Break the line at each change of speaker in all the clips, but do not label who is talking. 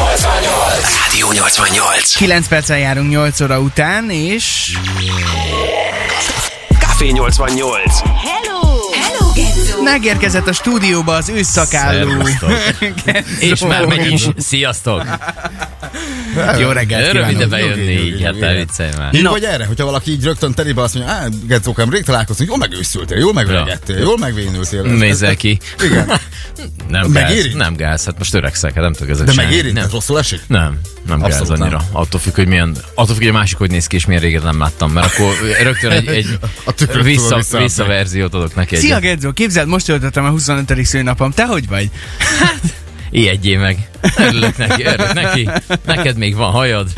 88! Rádió 88!
9 perccel járunk 8 óra után, és...
Café 88!
Hello! Hello, Gedzó!
Megérkezett a stúdióba az ősszakálló.
És már megy is. Sziasztok!
Jó reggelt
Öröm ide
kívánok.
bejönni, így hát ne viccelj már.
Így vagy erre, hogyha valaki így rögtön terébe azt mondja, á, Gedzókám, rég találkoztunk, jól megőszültél, jól megöregedtél, jól megvénültél.
Nézzel ki.
Igen.
Nem gáz,
Megéri?
nem gáz, hát most öregszek, hát nem tudok ezek
De
csinálni.
megéri?
Nem.
Tehát rosszul esik?
Nem, nem kell ez
Abszolút
annyira. Attól függ, hogy milyen, attól függ, hogy a másik hogy néz ki, és milyen régen nem láttam, mert akkor rögtön egy, egy
A tükröt
vissza,
tudom visszaadni.
visszaverziót adok neki. egy-
Szia Gedzó, képzeld, most töltöttem a 25. szülinapom. Te hogy vagy?
Hát. Ijedjél meg. Örülök neki, örülök neki. Neked még van hajad.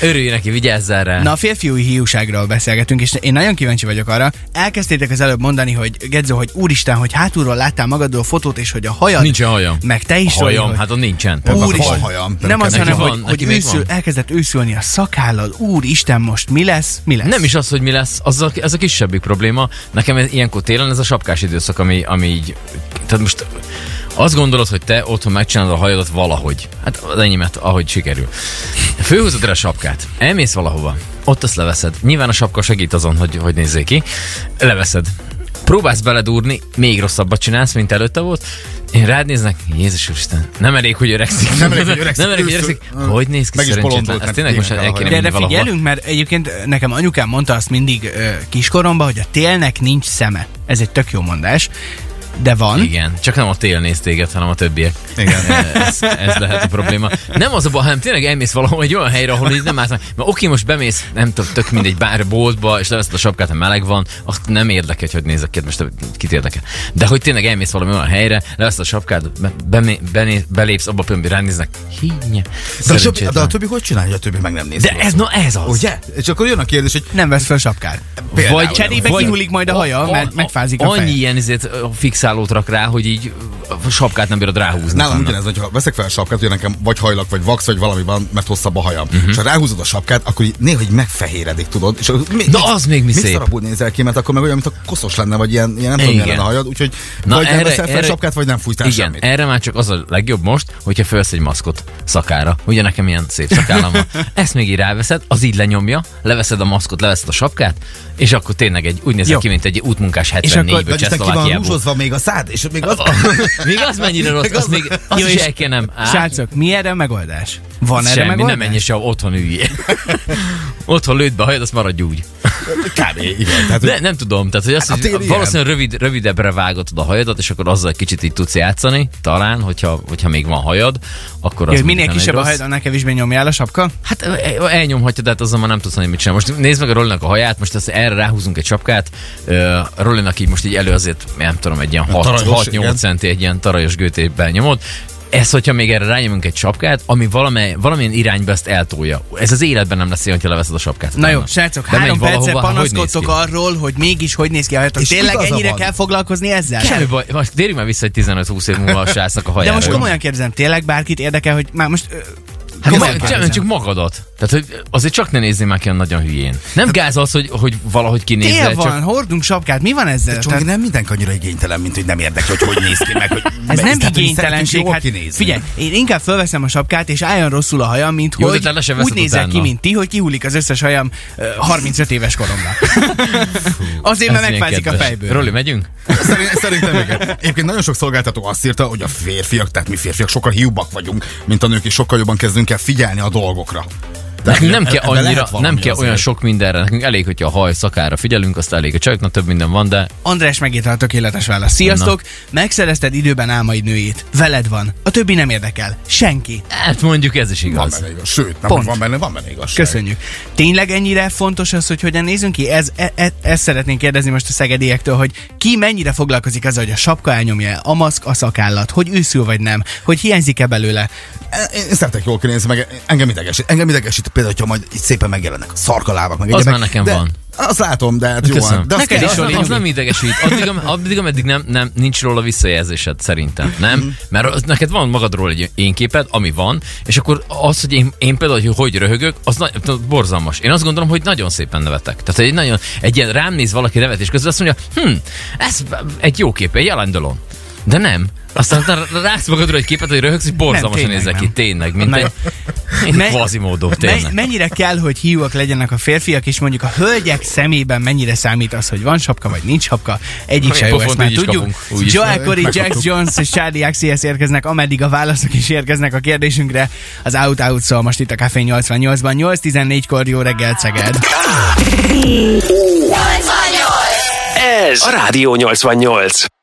Örülj neki, vigyázzál rá.
Na, a férfiúi hiúságról beszélgetünk, és én nagyon kíváncsi vagyok arra. Elkezdtétek az előbb mondani, hogy Gedzó, hogy úristen, hogy hátulról láttál magadról fotót, és hogy a hajad...
Nincsen hajam.
Meg te
A
is
hajam,
Robi,
hát ott nincsen.
hogy-
Meg a
Úristen.
falhajam, de
nem
nekem
az,
neki
hanem,
van,
hogy,
neki
hogy
még
őszül,
van.
elkezdett őszülni a szakállal. Úristen, most mi lesz? Mi lesz?
Nem is az, hogy mi lesz, az a, ez a kisebbik probléma. Nekem ez, ilyenkor télen ez a sapkás időszak, ami, ami így... Tehát most azt gondolod, hogy te otthon megcsinálod a hajadat valahogy. Hát az enyémet, ahogy sikerül. Főhúzod rá a sapkát, elmész valahova, ott azt leveszed. Nyilván a sapka segít azon, hogy, hogy nézzék ki. Leveszed. Próbálsz beledúrni, még rosszabbat csinálsz, mint előtte volt. Én rád néznek, Jézus Isten, nem elég, hogy öregszik.
Nem elég, hogy öregszik.
Nem elég, hogy öregszik.
Őszül.
Hogy néz ki
Meg is
szerencsétlen?
bolondult,
Ezt
nem
tényleg most
tényleg
el
a
kéne
haja.
De
vinni
erre
valahova.
figyelünk, mert egyébként eh, nekem anyukám mondta azt mindig ö, kiskoromban, hogy a télnek nincs szeme. Ez egy tök jó mondás, de van.
Igen, csak nem a tél néz téged, hanem a többiek. E,
Igen.
Ez, ez lehet a probléma. Nem az a baj, hanem tényleg elmész valahol egy olyan helyre, ahol így nem állsz meg. Mert oké, most bemész, nem tudom, tök mindegy, bár boltba, és leveszed a sapkát, ha meleg van, azt nem érdekel, hogy nézek ki, most kit érdekel. De hogy tényleg elmész valami olyan helyre, leveszed a sapkát, be, be, be, belépsz abba a pillanatban, ránéznek, hinnye.
De a, többi, de a többi hogy csinálja, a többi meg nem néz.
de ez, na ez az.
Ugye? És akkor jön a kérdés, hogy
Nem vesz fel a sapkát.
például,
Vagy-
Cserébe
Vagy-
kihullik majd a haja, mert megfázik a
Annyi
fej.
ilyen izét, ö, fixálót rak rá, hogy így a sapkát nem bírod ráhúzni.
Nálam ugyanez, hogyha veszek fel a sapkát, ugye nekem vagy hajlak, vagy vax, vagy valami van, mert hosszabb a hajam.
Mhm.
Uh-huh. És ha ráhúzod a sapkát, akkor így néha így megfehéredik, tudod? És akkor mi,
Na, az még mi
még
szép.
szarabul nézel ki, mert akkor meg olyan, mint a koszos lenne, vagy ilyen, ilyen nem tudom,
Igen.
milyen lenne a hajad, úgyhogy vagy nem veszel fel sapkát, vagy nem fújtál
Igen,
semmit.
erre már csak az a legjobb most, hogyha fölsz egy maszkot szakára. Ugye nekem ilyen szép szakállam van. Ezt még így ráveszed, az így lenyomja, leveszed a maszkot, leveszed a sapkát, és akkor tényleg egy, úgy nézel
Jó.
ki, mint egy útmunkás
És akkor-
74-ből
Vagy Isten ki van
Csehszlovákiából.
húzozva még a szád, és még az...
Még az mennyire rossz, az még az
Jó,
is
és-
el kell nem. Á,
Srácok, mi erre a megoldás? Van erre
Semmi,
megoldás?
nem menj se, otthon üljél. otthon lőd be a hajad, azt maradj úgy.
Kb. Igen, tehát,
De, nem tudom, tehát hogy azt,
Hát a
hogy
téli
valószínűleg rövid, rövidebbre vágatod a hajadat, és akkor azzal egy kicsit így tudsz játszani, talán, hogyha, hogyha még van hajad, akkor az
Jó,
mondjuk
minél
nem
kisebb
egy
a
rossz.
hajad, annál kevésbé nyomja el a sapka.
Hát el- elnyomhatja, de hát azzal már nem tudsz hogy mit csinál. Most nézd meg a Rollinak a haját, most ezt erre ráhúzunk egy csapkát. Ö, A Rollinak így most így elő azért, nem tudom, egy ilyen
tarajos, igen.
6-8 centi, egy ilyen tarajos gőtében nyomod. Ez, hogyha még erre rányomunk egy csapkát, ami valamely, valamilyen irányba ezt eltolja. Ez az életben nem lesz ilyen, ha leveszed a sapkát.
Na jó,
utána.
srácok,
De
három
menj
percre
valahova, hát hogy néz
panaszkodtok
ki?
arról, hogy mégis hogy néz ki a hajatok.
És
Tényleg
igaza
ennyire
van.
kell foglalkozni ezzel?
Semmi baj, most térjünk már vissza egy 15-20 év múlva a srácnak a
De
hajára.
most komolyan kérdezem, tényleg bárkit érdekel, hogy már most... ö,
Hát
komolyan
komolyan,
kérdezem.
csak, csak magadat. Tehát hogy azért csak ne nézzél már ki olyan nagyon hülyén. Nem gáz az, hogy, hogy valahogy kinézel,
Hát- Tél
csak
van, hordunk sapkát, mi van ezzel?
Csak nem mindenki annyira igénytelen, mint hogy nem érdekli, hogy hogy néz ki meg. Hogy
Ez nem
tehát, hogy
igénytelenség.
szeretünk
Hát,
jól kinézni.
figyelj, én inkább fölveszem a sapkát, és álljon rosszul a hajam, mint
Jó, de
hogy
te le se
úgy
veszed
nézek ki,
utána.
mint ti, hogy kihulik az összes hajam ö, 35 éves koromban. Azért, mert
Ez milyen
megfázik a
kedves.
fejből.
Roli, megyünk?
Szerint, szerintem igen. Egyébként nagyon sok szolgáltató azt írta, hogy a férfiak, tehát mi férfiak sokkal hiúbbak vagyunk, mint a nők, és sokkal jobban kezdünk el figyelni a dolgokra.
Nekünk nem
ebbe
kell
lehet
annyira,
valami
nem kell
azért.
olyan sok mindenre, nekünk elég, hogyha a haj szakára figyelünk, azt elég a csajoknak több minden van, de
András megírta a tökéletes választ. Sziasztok, megszerezted időben álmaid nőjét. Veled van. A többi nem érdekel. Senki.
hát mondjuk ez is
Van
igaz.
benne igaz. Sőt, nem,
Pont.
Pont. van benne, van benne igazság.
Köszönjük. Tényleg ennyire fontos az, hogy hogyan nézünk ki? Ez, e, e, ezt szeretnénk kérdezni most a szegediektől, hogy ki mennyire foglalkozik azzal, hogy a sapka elnyomja, a maszk, a szakállat, hogy őszül vagy nem, hogy hiányzik-e belőle.
E, Én, én szeretek jól kinézni, meg engem idegesít. Engem idegesít például, hogyha majd így szépen megjelennek a szarkalábak. Meg
Az
egyebek,
már nekem
de
van.
Azt látom, de hát jó.
Köszönöm.
De azt
Neked
kell-
is,
Az,
Oli,
nem- az
nyugi.
nem idegesít. Addig, am- addig ameddig nem, nem, nincs róla visszajelzésed szerintem,
Mhm.
nem? Mert az, neked van magadról egy én képed, ami van, és akkor az, hogy én, én például, hogy hogy röhögök, az na, borzalmas. Én azt gondolom, hogy nagyon szépen nevetek. Tehát egy, nagyon, egy ilyen rám néz valaki nevetés közben azt mondja, hm, ez egy jó kép, egy jelendalom. De nem. Aztán utána ráksz magadra egy képet, hogy röhögsz, és borzalmasan
tényleg
nézel ki.
nem.
Tényleg, mint
Nem.
egy, mint
Me-
egy kvazimódó,
Me-
tényleg.
mennyire kell, hogy hiúak legyenek a férfiak, és mondjuk a hölgyek szemében mennyire számít az, hogy van sapka, vagy nincs sapka. Egyik
Milyen
se jó,
pofont
ezt már
így is
tudjuk.
kapunk, úgyis.
Joel Corey, Jack
Megkaptuk.
Jones és Charlie Axias érkeznek, ameddig a válaszok is érkeznek a kérdésünkre. Az Out Out szól most itt a Café 88-ban. 8-14-kor jó reggelt, Szeged.
88!
Ez a Rádió 88.